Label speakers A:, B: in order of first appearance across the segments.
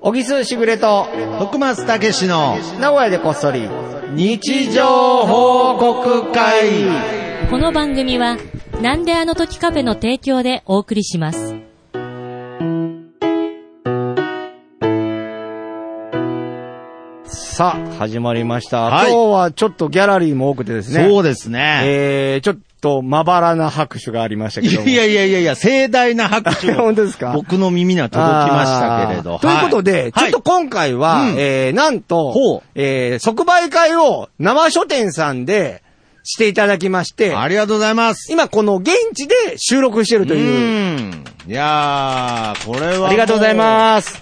A: 小木すしぐれと、
B: 徳松たけしの
A: 名古屋でこっそり、日常報告会。
C: この番組は、なんであの時カフェの提供でお送りします。
A: さあ、始まりました。
B: はい
A: 今日はちょっとギャラリーも多くてですね。
B: そうですね。
A: えー、ちょっとまばらな拍手がありましたけ
B: い
A: ども。
B: やいやいやいや、盛大な拍 手
A: 本
B: が
A: 当ですか
B: 僕の耳には届きましたけれど。
A: あーということで、ちょっと
B: こ、
A: 今回は、
B: うん
A: えー、なん
B: ほ
A: と
B: う、
A: えー、即売会を生書店さんでしていただきまして、
B: はいありがとうございます。
A: 今この現地で収録してると
B: う
A: いう。
B: ん。いやー、これは。
A: ありがとうございます。
B: す。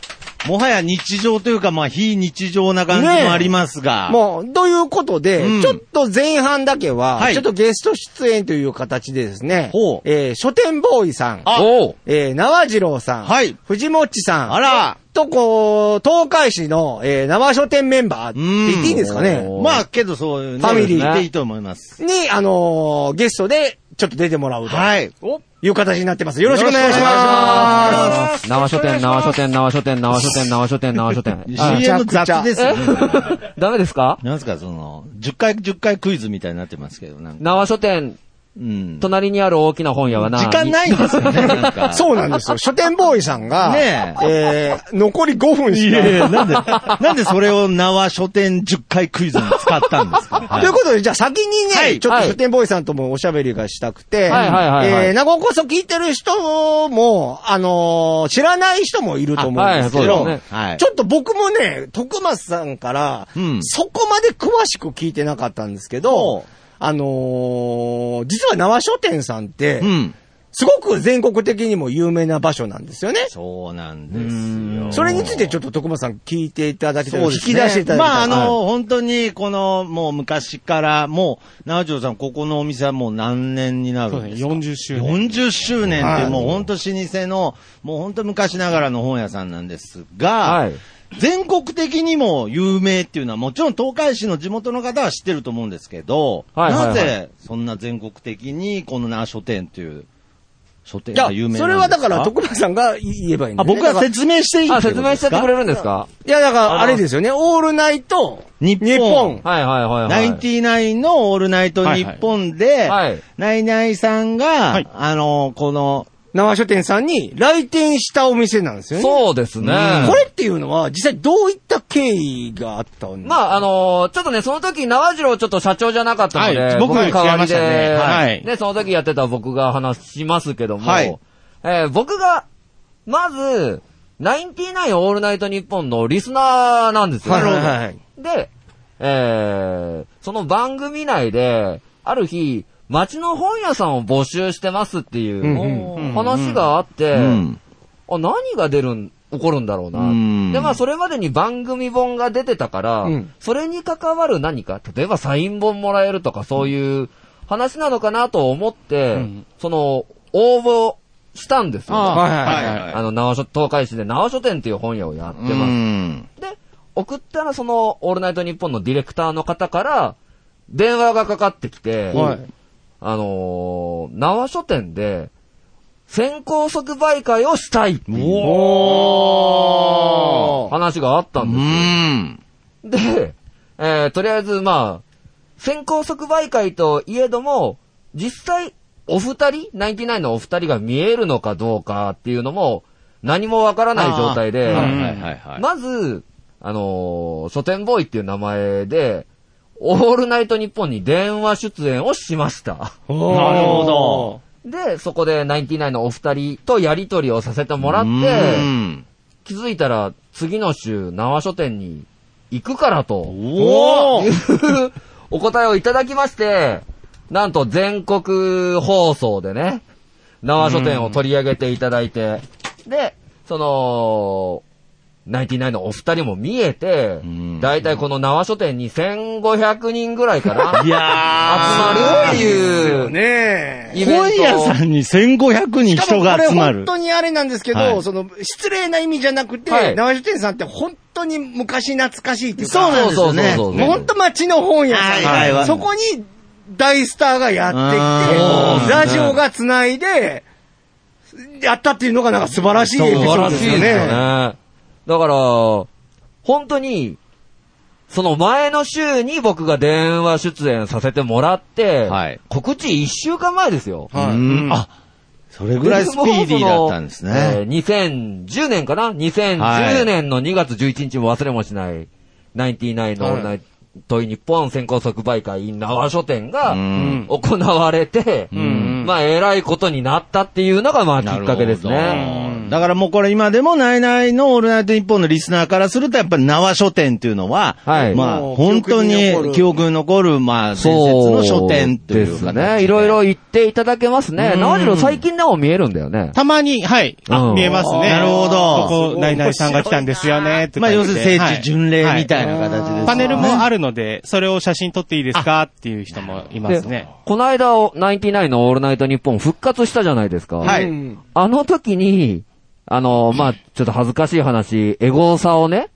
B: もはや日常というか、まあ、非日常な感じもありますが。
A: もう、ということで、
B: うん
A: ちょっと前半だけは、
B: はい
A: ちょっとゲスト出演という形でですね、
B: ほう
A: えー書店ボーイさん、
B: あ、お
A: えー、縄次郎さん、
B: はい
A: 藤もっちさん、
B: あら
A: と、こう、東海市の、えー、縄書店メンバーって言っていいんですかね、
B: まあ、けどそういうね
A: ファミリー
B: 言っていいと思います。
A: に、あのーゲストで、ちょっと出てもらうと
B: はい。
A: いう形になってます。よろしくお願いします。
D: 縄書店、縄書店、縄書店、縄書店、縄書店、縄書 店。あ
B: CM
A: めちゃくちゃ
B: 雑ですよね。
D: ダメですか
B: なんすか、その、10回、10回クイズみたいになってますけど、なんか。
D: 縄書店、
B: うん。時
D: 隣にある大きな本屋はな。
B: 間ないんですよね、なんか。
A: そうなんですよ。書店ボーイさんが、
B: ね
A: えー残り5分し
B: い
A: か
B: やいや、なんで、なんでそれを縄書店10回クイズに使ったんですか、はい
A: ということで、じゃあ先にね、
B: はい
A: ちょっ
D: は
A: と
D: い
A: 書店ボーイさんともおしゃべりがしたくて、
D: はいはいはいはい
A: えー、名古屋こそ聞いてる人も、あのー知らない人もいると思うんですけ
D: あ
A: ど、
D: はいそうです
B: ねはい
A: ちょっと僕もね、徳松さんから、
B: うん
A: そこまで詳しく聞いてなかったんですけ
B: ほ
A: ど
B: う、
A: あのー実は縄書店さんって、
B: うん。
A: すごく全国的にも有名な場所なんですよね。
B: そうなんですよ。
A: それについてちょっと徳松さん聞いていただきたい。
B: そうで
A: 聞
B: す
A: き
B: ね
A: 出していただきたい。
B: まあ、あ
A: は
B: の、
A: い
B: 本当に、この、もう昔から、もう、縄城さん、ここのお店はもう何年になるんですか
E: 40周年。
B: 40周年っ
A: は
B: てい、
A: いう
B: もう本当老舗の、もう本当昔ながらの本屋さんなんですが、
D: はい
B: 全国的にも有名っていうのは、もちろん東海市の地元の方は知ってると思うんですけど、
D: はいはいは
B: な
D: い
B: ぜそんな全国的にこのな書店という書店
A: いや
B: が有名なんですか
A: それはだから、徳松さんが言えばいいんだ
B: あ
A: よね
B: 僕は説明していい
D: あ、説明しちゃってくれるんですか
A: いや、だから、あれですよね。オールナイト、
B: 日本
D: はいはいはいは
B: ナ
D: い。
B: インティナインのオールナイト日本で、
D: はいはい
B: ナイナイさんが、
E: い
B: あの、この、
A: 縄書店さんに来店したお店なんですよね。
D: そうですね。
A: これっていうのは、実際どういった経緯があったの
D: まあ、あのーちょっとね、その時、縄次郎ちょっと社長じゃなかったので、
E: はい僕
D: の代わ
E: 違いま
D: り
E: し
D: で、
E: たねはい
D: ね、その時やってた僕が話しますけども、
B: はい
D: えー僕が、まず、ナインティナインオールナイトニッポンのリスナーなんですよ。
A: はいはいはい
D: で、えーその番組内で、ある日、町の本屋さんを募集してますってい
A: うん
E: うん
D: う話があって、
B: うん
D: あ、何が出るん、起こるんだろうな。
B: うん
D: で、まあ、それまでに番組本が出てたから、
A: うん
D: それに関わる何か、例えばサイン本もらえるとか、そういう話なのかなと思って、
E: うん
D: その、応募したんですよ。
E: あ
D: あ
A: はいはいはい。
B: はい
D: の、直書、東海市で直書店っていう本屋をやってます。
B: うん
D: で、送ったらその、オールナイトニッポンのディレクターの方から、電話がかかってきて、
A: はい
D: あのー、縄書店で、先行即売会をしたいっていう
A: おー
D: 話があったん
B: う
D: ですよ。
B: ん。
D: で、えー、とりあえず、まあ、先行即売会といえども、実際、お二人、ナインティナインのお二人が見えるのかどうかっていうのも、何もわからない状態
B: は
D: で、
B: いはいはいはい。
D: まず、あのー書店ボーイっていう名前で、オールナイトニッポンに電話出演をしました。
A: なるほど。
D: で、そこでナインティナインのお二人とやりとりをさせてもらって、
B: うん
D: 気づいたら次の週、縄書店に行くからと、
B: おー
D: いう お答えをいただきまして、なんと全国放送でね、縄書店を取り上げていただいて、で、その、ナインティナインのお二人も見えて
B: ん、
D: だいたいこの縄書店に1500人ぐらいから
B: い
D: 集
B: や
D: まるっていう、
A: ねえ。
D: イ
B: ー、
D: ベ
B: 本
D: ン
B: 屋
D: トを
B: さんに1500人人が集
A: しかもこ
B: ま
A: れ
B: る
A: 本。当にあれなんですけど、
B: はい
A: その、失礼な意味じゃなくて、
D: はい
A: 縄書店さんって本当に昔懐かしいっていうか、
B: そうなんですよね。
D: そうそうそうそう
A: もう本当町の本屋さん、
B: はいはい
A: そこに大スターがやっ
B: あ
A: てき
B: ー
A: て、ラジオが繋いで、やったっていうのがなんか素晴らしいエピソ
D: 素
A: ー
D: 晴
A: ド
D: ら
A: で
D: し
A: す
D: い
A: よ
D: ですよ
A: ね。
D: ね。だから、本当に、その前の週に僕が電話出演させてもらって、
B: はい
D: 告知1週間前ですよ。
A: はい
B: うんあ、それぐらいスピーディーだったんです
D: でも
B: ね。
D: うそのえー2010年かな ?2010 年の2月11日も忘れもしない、ナインティナインのオールナイトイン日本先行即売会 in 縄書店が
B: うん
D: 行われて、
A: ん
D: まあ、えらいことになったっていうのが、まあ、きっかけです
B: なる
D: ね。
B: ほどだからもうこれ今でもナイナイのオールナイトニッポンのリスナーからするとやっぱり縄書店っていうのは、
D: はい
B: まあ
A: もう
B: 本
A: 記憶
B: 当
A: に残
B: に
A: る
B: 記憶に残る、まあ伝説の書店という
D: です
B: か
D: ね。いろいろ言っていただけますね。何しろ最近なお見えるんだよね。
E: たまに、はい。
D: う
E: あ、
D: ん
E: 見えますね。
B: なるほど
E: ここ、ナイナイさんが来たんですよね。って書いて
B: まあ要するに聖地巡礼みたいな
E: は
B: 形です、
E: い
B: ね。
E: パネルもあるので、それを写真撮っていいですかっていう人もいます
D: で
E: ね。、
D: この間、ナインティナインのオールナイトニッポン復活したじゃないですか。
B: はい
A: うん
D: あの時に、あの、まあ、ちょっと恥ずかしい話、エゴサをね、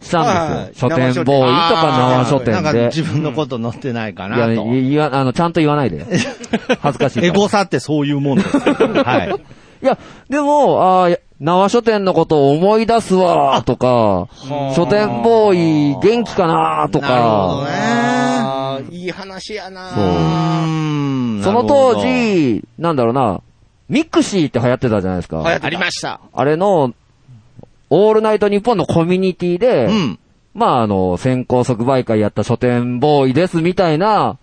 D: したんですよ。書
A: はい
D: 店ボーイとか
A: あー
D: 縄書
B: なん
D: 店
B: か
D: で。
B: 自分のこと載ってないか
D: いや、
B: なと。
D: い言わ、あの、ちゃんと言わないで。恥ずかしい から。
B: エゴサってそういうもんで すよ。はい。
D: いや、でも、あー縄書店のことを思い出すわ、とか、書店ボーイ元気かな、と
B: なるほど
D: か、
B: ね。
A: あーいい話やな
D: そう
B: うん
D: その当、時、なんだろうな、ミクシーって流行ってたじゃないですか。
A: ありました。
D: あれの、オールナイトニッポンのコミュニティで、
B: うん。
D: まああの、先行即売会やった書店ボーイですみたいな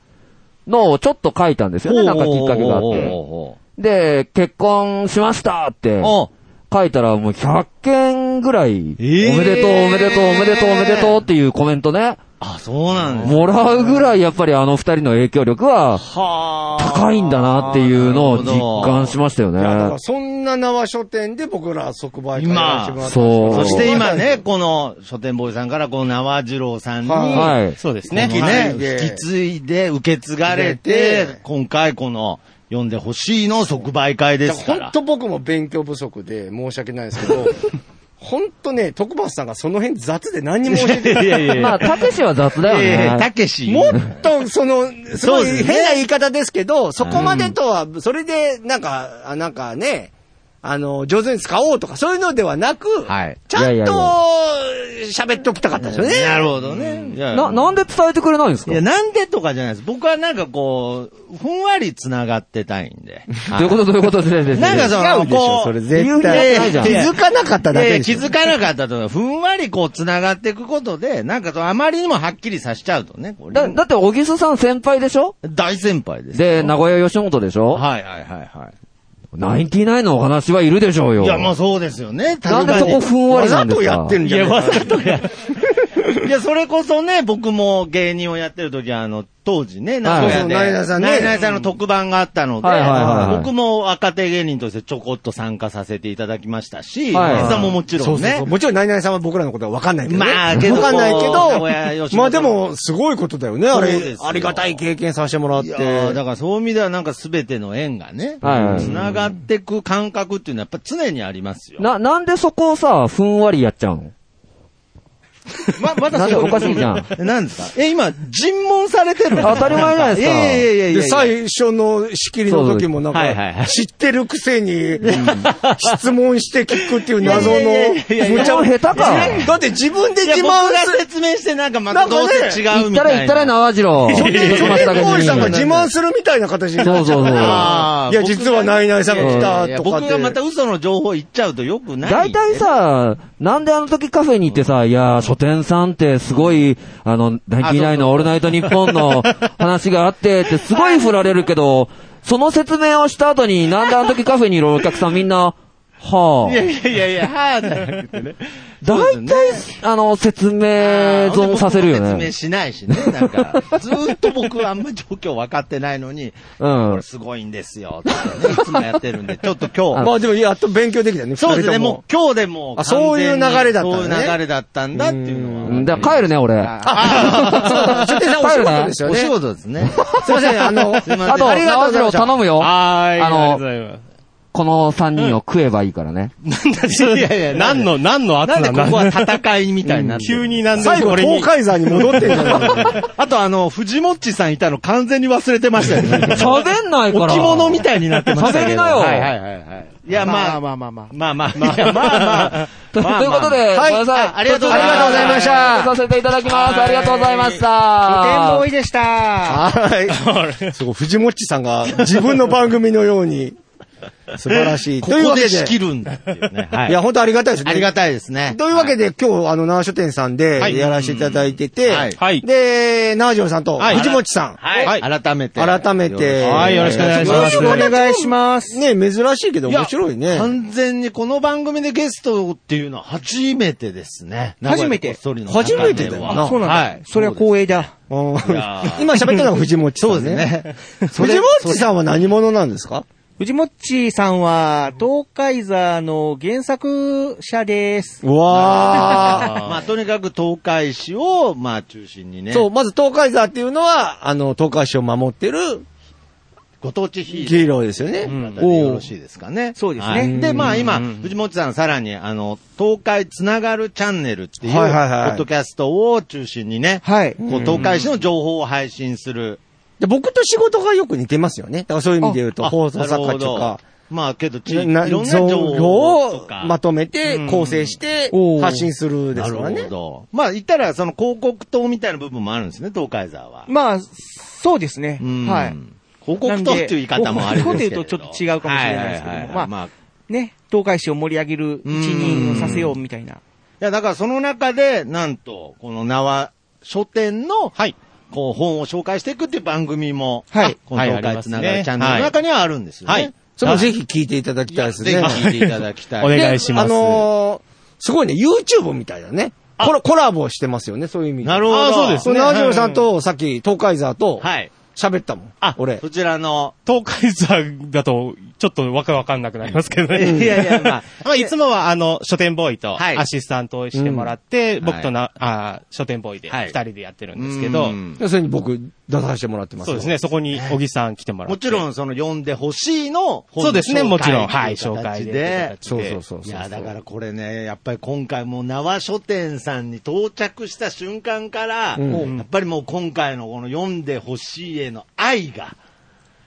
D: のをちょっと書いたんですよね、なんかきっかけがあっ
B: おー
D: て。
B: お
D: で、結婚しましたって
B: ーおーおー
D: 書いたらもう100件ぐらい、おめ
B: えー
D: でとうおめでとうおめでとうおめでとうっていうコメントね、
B: あ、そうなんですね
D: もらうぐらいやっぱりあの二人の影響力は
A: はあ。
D: 高いんだなっていうのを
B: なるほど
D: 実感しましたよ
A: いやだか
D: ね
A: ら。そんな縄書店で僕ら即売会やらせてもらって
D: 今
B: そして今ね、
A: こ
B: この書店ボーイさんからこの縄次郎さんに、
A: はい
D: はい。
E: そうです
B: ね
E: ね。
A: はい
B: ね
A: はい
B: 引き継いで受け継が
A: で
B: れて、今回この、読んでほしいの即売会
A: う
B: ですか
A: 本
B: ら。
A: 当僕も勉強不足で申し訳ないですけど、本当ね、徳松さんがその辺雑で何にも教えてくれない。
B: いやい
D: まあ、たけしは雑だよ
B: いやいや
D: ね。
B: たけし。
A: もっと、そ の、すごい
B: そうですね
A: 変な言い方ですけど、そこまでとは、それで、なんか、あなんかね、あの、上手に使おうとか、そういうのではなく、
B: はい
A: ちゃ
D: い
A: ん
D: やいやい
A: と
D: や
A: 喋っておきたかったですよね。
B: なるほどね。いや
D: な、なんで伝えてくれないんですか
B: いや、なんでとかじゃないです。僕はなんかこう、ふんわり繋がってたいんで。
D: どういうことどういうことで
B: なんかその、こう、
D: 絶対ないじゃん
B: いやいや
A: かなかった
B: いやいや
A: し
B: 気
A: ょ
B: づかなかったと。ふんわりこう繋がっていくことで、なんかそうあまりにもはっきりさせちゃうとね。これ
D: だ、だって、小木須さん先輩でしょ
B: 大先輩です。
D: で、名古屋吉本でしょ
B: はいはいはいは
D: ナインティナインのお話はいるでしょう
B: い。
D: よ。
B: いや、まあそうですよね。
D: なんでそこふんわ
A: わ
D: りな
A: ざ
D: んです
A: と
D: か
A: やってんじゃん。
B: とや。 いや、それこそね、僕も芸人をやってる時は、あの、当時ね、名古屋
A: そ
B: で。
A: うそうナイナイさんね
B: ナイナイさんの特番があったので、
D: はいはいはいはい
B: 僕も若手芸人としてちょこっと参加させていただきましたし、
D: はいはい
B: 松井さんももちろんね。
A: そうそうそうもちろん、ナイナイさんは僕らのことは分かんないけど、ね。
B: まあけど
A: 分かんないけ
B: 名古屋
A: ど
B: 吉、本
A: まあでも、すごいことだよね、あ
B: そうで
A: れ。
B: すよ
A: ありがたい経験させてもらっ
B: い
A: て。
B: やーだからそういう意味ではなんか全ての縁がね、
D: はいはい
B: 繋がってく感覚っていうのはやっぱ常にありますよ。
D: な、なんでそこをさ、ふんわりやっちゃうの
B: ま、ま
D: なんかおかしいじゃん。
B: ん。なんですかえ、今、尋問されてる
D: 当たり前じゃないですか
B: いやいやいやいやいや
A: で、最初の仕切りの時もなん
B: そうそうはいはいは
A: か、
B: い
A: 知ってるくせに、質問して聞くっていう謎
B: いやいやいやいやい
A: の、
D: むちゃ下手か。
A: だって自分で
B: いや
A: 自
B: 僕
A: 慢
B: が
A: する。
B: 説明してなんかま
A: な
B: た
A: んかね
B: どうせ違
D: 行
B: う
D: っ
B: み
D: た
B: たい
D: ら行
B: な。
D: ったら縄次郎。
A: そ
D: 徳
A: れで
D: 松
A: それで
D: 武
A: ボーイさんが
D: に
A: 自慢するみたいな形になっちゃ
D: そうそうそう
B: あー
A: いや、実はナイナイさんが来
B: い
A: た
B: や
A: とか
B: 僕
A: って。
B: がまた嘘の情報言っちゃうとよくない。
D: 大体、さ、なんであの時カフェに行ってさ、いやー、書店さんってすごい、あの、ナインティナインのオールナイトニッポンの話があってってすごい振られるけど、その説明をした後に、なんであの時カフェにいるお客さんみんな、はい
B: やいやいやいや、はぁ、じゃなくてね。
D: あ、大体、あの、説明損させるよ
B: 僕も説明
D: ね。
B: しないしね。なんか、ずーっと僕はあんま状況分かってないのに、
D: うん
B: これすごいんですよ、とかね、いつもやってるんで、ちょっと今
A: ま
B: 日。
A: あでも、やっと勉強できたね。
B: そうです
A: 二人
B: ね、
A: と
B: もう今日でも
A: あそういう流れだったんだね
B: そういう流れだったんだっていうのは。
D: うんだから帰るね、俺。あ
A: あ、そう、出さんお仕事ですよ
B: お仕
A: ね。
B: 事ですね。
A: すいません、あの、
B: すいません。
D: と、
A: ありがとう
D: 直
A: ございま
D: 次郎
A: した
D: 頼むよ。
E: はい。
D: あ
E: あ
D: の
E: りがとうございます。
D: この三人を食えばいいからね。
B: いやいや、なん
E: 何の、何の圧
B: なんで
E: な
B: こ
E: ん
B: こ
E: だ
B: は戦いみたいになってる
E: 急になんで
A: 最後、
E: 俺に
A: 東。海山に戻ってんじゃない
B: あとあの、藤もっちさんいたの完全に忘れてましたよね。
D: 喋んないから。
B: 置物みたいになってましたけど。
D: 喋りなよ
B: はいはいはいはい。いや、まあ、ま
F: まあまあまあまあ。
B: あまあ、まあまあ、まあ
D: ということで、
A: はい
D: ごめんなさい。
A: あありがとうございました
D: ありがとうございました。させていただきます。ありがとうございました。
F: 露天ボーイでした。
A: はい。すごい、藤もっちさんが自分の番組のように、素晴らしい。
B: こと
A: いうわ
B: こ
A: け
B: で
A: で、
B: 仕
A: い
B: 切るんだっていうね。はい。
A: や、本当ありがたいですね。
F: ありがたいですね。
A: というわけで、今日、あの、長書店さん
B: はい
A: で、やらせていただいてて、
B: はい
E: はい
A: で、長城さんと、
B: はい
A: 藤もっちさん、
B: はい。改めて。
A: 改めて、
B: はい、よろしくお願いします。
A: よろしくお願いし
F: し
A: ます。ね、珍しいけど、
B: いや
A: 面白いね。
B: 完全にこの番組でゲストっていうのは初めてですね。
F: 初めて
B: 初めて
A: 初めてだよな
F: そうなんだ。
B: はい。
F: それは光栄だ。
A: うん
B: や ー
A: 今喋ったのは藤もっちさん、ね。そうですね。 藤もっちさんは何者なんですか
F: 藤もっちさんは、東海座の原作者です。
A: うわ
B: まあ、とにかく東海市を、まあ、中心 にね。
A: そう、まず東海座っていうのは、あの、東海市を守ってる
B: ご当地ヒーロー
A: ヒーローですよね。
B: 方でよろしいですかね。
F: そうですね
B: はいで、まあ今、
E: うん
B: 藤本さんさらに、あの、東海つながるチャンネルっていう、ポ
A: はいはいはい
B: ッドキャストを中心にね、
F: はい。
B: こう東海市の情報を配信する。
A: で僕と仕事がよく似てますよね。だからそういう意味で言うと、
B: あ
A: 放送作
B: な
A: 家
B: るほ
A: と
B: ど
A: か、
B: まあけど、ちいろん
A: な
B: な
A: 情
B: 情
A: 報
B: 報
A: を
B: とか。
A: まとめて、構成して
F: お、ー
A: 発信するで
B: な
A: す
B: る
A: からね
B: ほ。ど。まあ言ったら、その広告塔みたいな部分もあるんですね、東海沢は。
F: まあ、そうですね。
B: うん
F: はい。。
B: 広告塔っていう言い方もあるんですけれど。
F: 広告塔っていうとちょっと違うかもしれないですけども
B: ははは
F: まあ
B: まあ、
F: ね、東海市を盛り上げる一人をさせようみたいな。
B: いや、だからその中で、なんと、この縄書店の、はい。こう、本を紹介していくっていう番組も、
F: はい
B: あこの東海つながるチャンネルの
E: はいありますね
B: 中にはあるんですよね。
E: はい。
A: それもぜひ聞いていただきたいですね。
B: ぜひ聞いていただきたい。
E: お
A: で
E: 願いします
A: あのーすごいね、YouTube みたいだね。コラコラボしてますよね、そういう意味で。
B: なるほど。
E: あそうです
A: そ
E: ね
A: う、ナジオさんと、さっき、東海座と、
B: はい。
A: 喋ったもん。
B: あ、
A: 俺。
B: そちらの、
E: 東海座だと、ちょっとわけわかんなくなりますけどね。
B: いやいやまあ
E: まあ、いつもは、あの、書店ボーイと、
B: はい
E: アシスタントをしてもらって、
B: ん
E: 僕とな、あー書店ボーイで、
B: はい
E: 二人でやってるんですけど、
B: うん
A: でそれに僕、出させてもらってます。
E: そうです。ね、そこに、小木さん来てもらって。
B: もちろん、その、読んでほしいの、本
E: そうですね、
B: の
E: もちろん。
B: 紹
E: はい、
B: 介とう
E: 紹介
B: 形
E: で
B: で。。
A: そうそうそう
B: い
A: そう。
B: や、だからこれね、やっぱり今回もう縄書店さんに到着した瞬間から、
A: うん
B: やっぱりもう今回のこの読んでほしいへの愛が、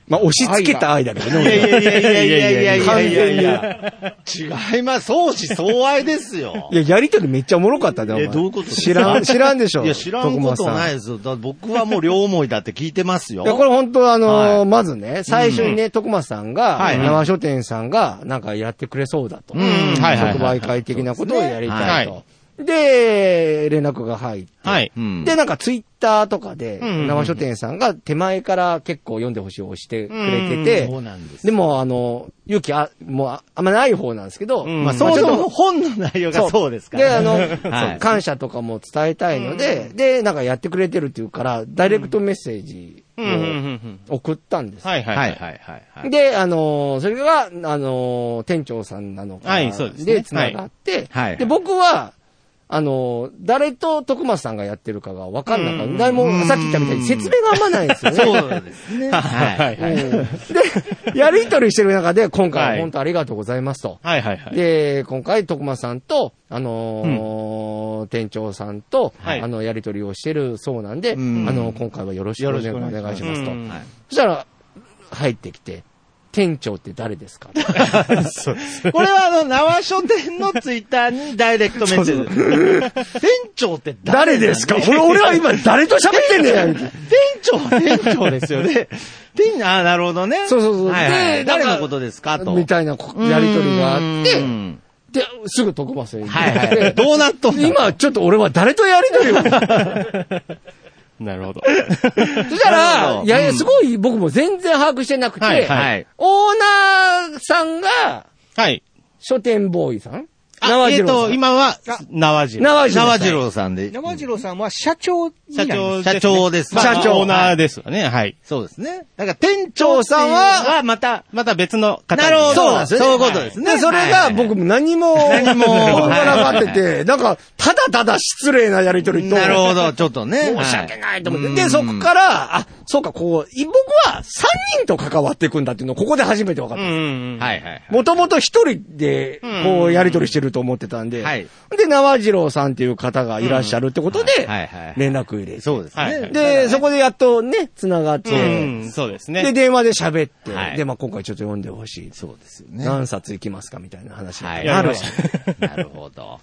A: まあ、押し付けた愛だけど
B: いや
A: ね。
B: いやいやいやいやいやい
A: 完
B: や
A: 全
B: い
A: に
B: やいや、違います。相思相愛ですよ。
A: いや、やりとりめっちゃおもろかったね、お前
B: えどういうことですか
A: 知 らん、知らんでしょ。
B: いや、知らんことはない
A: い。
B: ですよ。だ僕はもう両思いだって聞いてますよ
A: い。や、これ本当あのー
B: は
A: まずね、最初にね、徳松さんが、
B: はい
A: 生書店さんが、なんかやってくれそうだと。
B: うんはいはいはい
A: 即売会的なことをやりたい
E: は
A: と。で、連絡が入って。
E: はい。
B: うん
A: で、なんかツイッターとかで、
E: うんうんうん
A: 生書店さんが手前から結構読んでほしいを押してくれてて、
B: そうなんです。
A: でも、あの、勇気あ、もうあ、あんまない方なんですけど、
E: うん
B: まあ、そもそも本の内容がそうですから
A: で、あ の、
B: はい
A: そう感謝とかも伝えたいので、で、なんかやってくれてるっていうから、ダイレクトメッセージ
E: うんうんうんう
A: を
E: ん。
A: 送ったんです。
E: はいはい
B: は
E: はいい。
B: はいはいはい。
A: で、あのーそれが、あのー店長さんなのか、
E: はいそうですね
A: 繋がって、
B: はいはい
A: で、僕は、あのー誰と徳松さんがやってるかが分かんなかった。誰も、さっき言ったみたいに説明があんまないんですよね。
B: そうなんですね。
E: は
B: はいい。
E: はい。
A: で、やりとりしてる中で、今回
E: は
A: はい本当ありがとうございますと。
E: はいはいはい。
A: で、今回、徳間さんと、あのー店長さんと、
E: はい
A: あの、やりとりをしてるそうなんで、
B: うん
A: あの、今回はよろしくお願い
B: よろしくお願い
A: し
B: し
A: ま
B: ます
E: す
A: と。
E: うん
B: はい
A: そしたら、入ってきて、店長って誰ですか
E: そうで す。
B: これはあの、縄書店のツイッターにダイレクトメッセージ。店長って
A: 誰ですか俺、俺は今誰と喋ってんだよ
B: 店長は店長ですよね。店、ああ、なるほどね。
A: そうそうそう
B: はいはい
A: で
B: 誰
A: 誰が
B: のことですかと。
A: みたいなこやりとりがあって
B: う、ん
A: で、すぐ徳間さんに行って、
B: はいはい。どうなっとん の
A: 今、ちょっと俺は誰とやりとりを
E: なるほど。
A: そした
B: なる
A: ら、
B: ほど
A: いやいや、
B: うん。
A: すごい僕も全然把握してなくて、
E: はいはい
A: オーナーさんが、
E: はい。
A: 書店ボーイさん
E: あ、えっ
A: 次郎
E: と、
A: さん。
E: 今は、縄次郎。
A: 縄次郎
B: 縄次郎さんで。
F: 山次郎さんは社長にな
E: 社
F: ります
E: 長です
B: 社長です
E: ね
B: ね
E: まあ
B: 社
A: 長
E: オーナーですわね。はい。
B: そうですね。だから店長さん
A: 店長さん
B: は、また、
E: また別の方に。
B: なるほど。
A: そうなんですよね
B: そういうことですね。
A: で、それ
B: は
A: が
B: い
A: 僕も何も、何
B: も
A: がなかってて、なんか、ただただ失礼なやりとりと、
B: なるほど、ちょっとね。
A: 申し訳
B: は
A: ないと思って、で、そこから、あ、そうか、こう、い僕は3人と関わっていくんだっていうのをここで初めて分かっ
E: う
A: た
E: んうんうん。
B: はいはいはい。
A: もともと一人でこう、やりとりしてると思ってたんで。
B: はい
A: で、縄次郎さんっていう方がいらっしゃるってことで
B: はいはいはい、
A: 連絡入れて。
B: そうですね。
E: はいはい
A: で、そこでやっとね、繋がっ
E: う
A: て、
E: ん、そうです
A: で、
E: ね。
A: 電話で喋って、
B: はい
A: で、まあ今回ちょっと読んでほしい。
B: そうですよね。
A: 何冊いきますかみたいな話に
B: はい。
A: なるわ。
B: なるほど。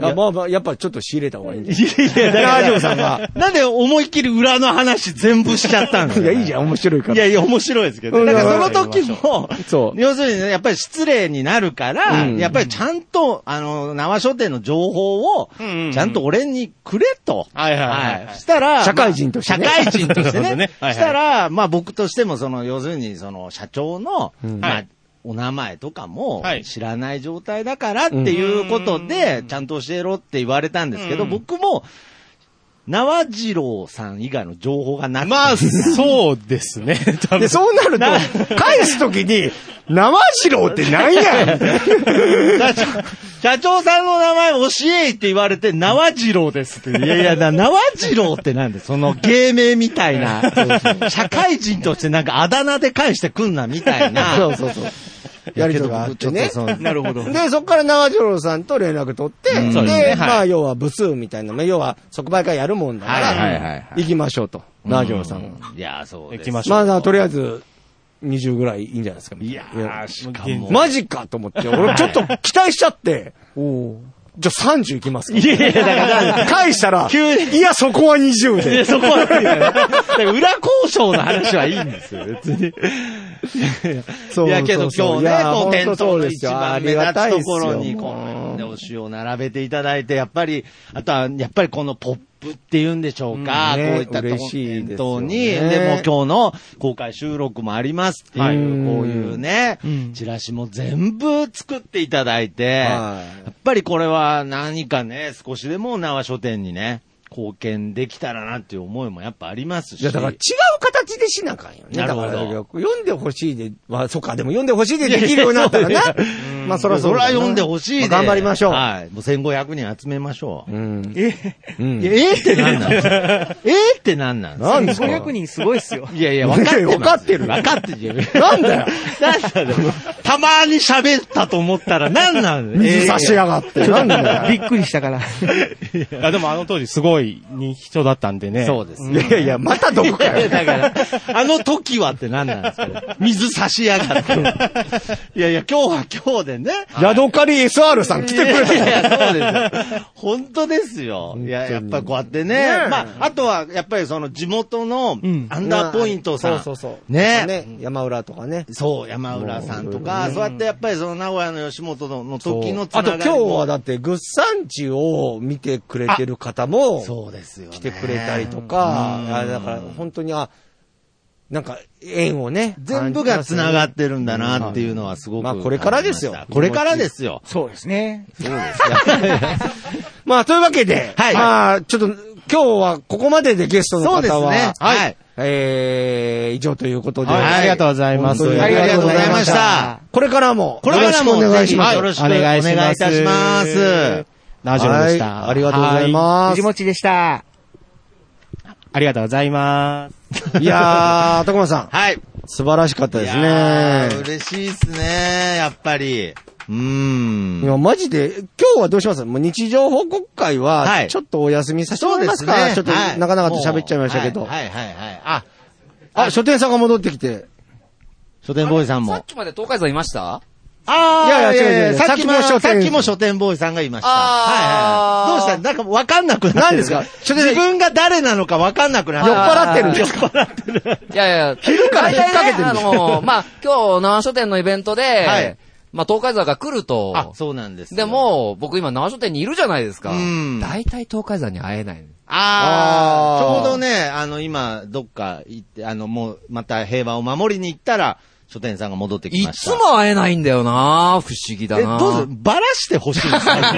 A: あまあまあ、やっぱちょっと仕入れた方がいいんじゃない
B: いや、
A: 大丈夫さんが。
B: なんで思いっきり裏の話全部しちゃったんです
A: いや、いいじゃん、面白いから。
B: いやいや、面白いですけ
A: う
B: ど。
A: ん
B: なんかその時も、
A: そう
B: 要するにね、やっぱり失礼になるから、
A: うん
B: やっぱりちゃんと、あの、縄書店の情報を、
E: うんうんうん
B: ちゃんと俺にくれと。
E: はいはいはいはい
B: したら、
A: 社会人としてね
B: まあ社会人として
E: そうで
B: ね
E: すね。はいはい
B: したら、まあ僕としても、その、要するに、その、社長の、
A: ん
B: ま
E: は
B: あ
E: い、
B: お名前とかも
E: はい
B: 知らない状態だからっていうことで、ちゃんと教えろって言われたんですけど、
E: うん
B: 僕も、縄次郎さん以外の情報がなくて
E: まあ、そうですね。多
A: で、
E: 分。
A: そうなる
E: な
A: と、返すときに、生しろってなんやみたいな
B: 社長、社長さんの名前教えいって言われて、縄次郎ですって。いやいや、な縄次郎ってなんで、その芸名みたいな。社会人としてなんかあだ名で返してくんなみたいな。そうそうそう。
A: やりとりがあってね。
B: なるほど。
A: で、そこから長次郎さんと連絡取って、
B: うん
A: で、
B: そうですねはい
A: まあ、要は部数みたいな、まあ要は即売会やるもんだから、
B: はいはいはいはい
A: 行きましょうと、長次郎さんが。
B: いや、そうです。
E: 行きましょ
A: ま
E: う。
A: あな、とりあえず、20ぐらいいいんじゃないですか。
B: いやー、しかも。
A: マジかと思って、俺ちょっと期待しちゃって、じゃあ30行きますか。いやいや、 返したら、いや、そこは20で。
B: そこは、 で裏交渉の話はいいんですよ、別に。
A: そう
B: いや、けど今日ね、こう、店頭の一番目立つところに、こ
A: の
B: の、ね、お塩を並べていただいて、やっぱり、あとは、やっぱりこのポップっていうんでしょうか、
A: うんね
B: こういったとこ
A: 嬉しいですよ
B: 店頭に、
A: ね
B: でもう今日の公開収録もありますっていう、
A: はい
B: こういうね、チラシも全部作っていただいて、
A: はい
B: やっぱりこれは何かね、少しでも縄書店にね、貢献できたらなっていう思いもやっぱありますし。
A: いや、だから違う形でしなあかんよね。
B: な
A: だ
B: る
A: か
B: ほど
A: ら、読んでほしいで、まあ、そっか、でも読んでほしいでできるようになったら
B: いやい
A: な
B: や。
A: まあ、そら
B: そ
A: そう
B: れ
A: だ
B: は
A: な
B: 読んでほしいで。
A: まあ頑張りましょう。
B: はい。もう1500人集めましょう。
A: うん。
F: え、
A: うん
B: いやえーってなんなん えーってなんなん
A: なんですか
F: 500人すごいっすよ。
B: いやいや、分かってる。
A: 分かってる
B: 分かってる。
A: なんだよ
B: なんだよたまに喋ったと思ったらなんなん
A: 水差し
B: え
A: やがって。なんだ
F: び
A: よ。
F: っくりしたから。
E: いやでもあの当時すごい人だったんで
B: ー
E: ね。
B: そうです
A: いやいやいや、またどこかよ。
B: だから、あの時はって何なんですか水差しやがって。 いやいや、今日は今日でね。
A: ヤドカリ SR さん来てくれ
B: いやい
A: た。
B: や、そうですよ。本当ですよ。いや、やっぱこうやってね。
A: ねえ
B: まあ、あとは、やっぱりその地元の
F: ん
B: アンダーポイントさん。
A: そうそうそう。
B: ね
A: 山浦とかね。
B: そう、山浦さんとか、そうやってやっぱりその名古屋の吉本のの時のつな
A: あと
B: が
A: 今
B: り
A: 日
B: も
A: はだって、グッサンチを見てくれてる方も、
B: そうですよ、ね。
A: 来てくれたりと。か、あだから本当に、あ、なんか縁をね。
B: 全部が繋が
A: っ
B: ってるんだなっていうのはすごく
A: まあ
B: 感じまし
A: これ
B: た。
A: からですよ
B: これからですよ。
F: そうですね。
A: まあというわけで、
B: はい
A: まあちょっと今日はここまででゲストの
B: そうです
A: 方は、
B: ね。はい。
A: えー、以上ということで、
B: はいありがとうご
A: ざい
E: ます
F: ありがとうございま
B: した。
A: これからも、
B: これからも
A: よろしくお願いしま
B: は
A: す。
B: い
E: よろしくお願いします。
B: お願いいたします
E: ナジョロでした、
A: はいありがとうございま
F: 藤
A: す。
F: 持でした。
E: す。ありがとうございます。
A: い、やー、徳間さん、
B: はい。
A: 素晴らしかったです
B: いや
A: ね。
B: ー嬉しいですね、やっぱり。うーん。
A: いや、マジで、今日はどうしますもう日常報告会
B: は
A: は、
B: い
A: ちょっとお休みさせてもらいますか、ちょっと、
B: はい
A: なかなかと喋っちゃいましたけど。
B: もうはいはいはいはい。あ、
A: あ、書店さんが戻ってきて。
B: 書店ボーイさん
D: さっ
B: も。
D: きまで東海さんいました
B: あ
A: ーいやいや違う違う
B: さっきも、
A: さっきも書店
B: さっきも書店ボーイさんがいました。
D: あー
B: はいはいはい。どうしたなんかわかんなくなってる。
A: 何ですか
B: 自分が誰なのかわかんなくなって
A: 酔っ払ってるん
B: 酔
A: で
B: っ
A: すか
B: 払ってる。
D: いやいや、
A: 昼から引っ掛けてるん
D: 大
A: で
D: 体
A: す
D: ねあの、まあ、今日、縄書店のイベントで、
B: はい
D: まあ、東海座が来る
B: あ
D: と、、
B: そうなんですよ。
D: でも、僕今縄書店にいるじゃないですか。
B: うん
D: 大体東海座に会えない。
A: あー
B: ああ、ちょうどね、あの、今、どっか行って、あの、もう、また平和を守りに行ったら、書店さんが戻ってき
D: い
B: ました。
D: つも会えないんだよな不思議だ
B: え、
D: な
B: どうするばらしてほしいん ですかな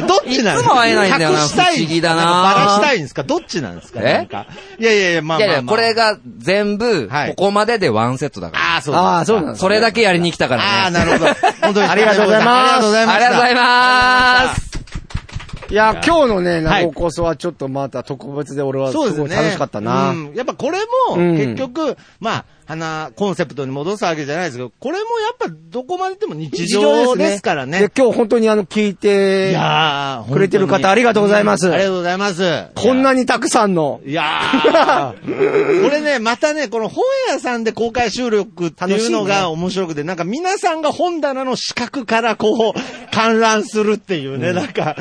B: んだ、どっちなんですか
D: いつも会えないんだよな
B: 隠したい
D: 不思議だなん
B: かばらしたいんですかどっちなんですか
D: え
B: なんかいやいやいや、まあ
D: い
B: まあ、
D: やい
B: まあ
D: や、これ。が全部、
B: はい
D: ここまででワンセットだから。
B: ああ、そうだ
A: ああ、そうなんです
D: それだけやりに来たからね。
B: ああ、なるほど。本当に
A: ありがとうございます
B: ありがとうございま
D: あ
B: した
D: りがとうございます。
A: いや、今日のね、
B: はい
A: 長こそはちょっとまた特別で俺はす
B: そうです
A: ご
B: ね。
A: い楽しかったな。
B: うん。やっぱこれも、
A: うん
B: 結局、まあ、花、コンセプトに戻すわけじゃないですけど、これもやっぱどこまででも日常ですからね。
A: で、今日本当にあの、聞い
B: い
A: て、
B: やー
A: くれてる
B: 本当に
A: 方ありがとうございます
B: んありがとうございます。
A: こんなにたくさんの、
B: いや ー、 これね、またね、この本屋さんで公開収録っていうのが面白くて、なんか皆さんが本棚の視角からこう、観覧するっていうね、なんか、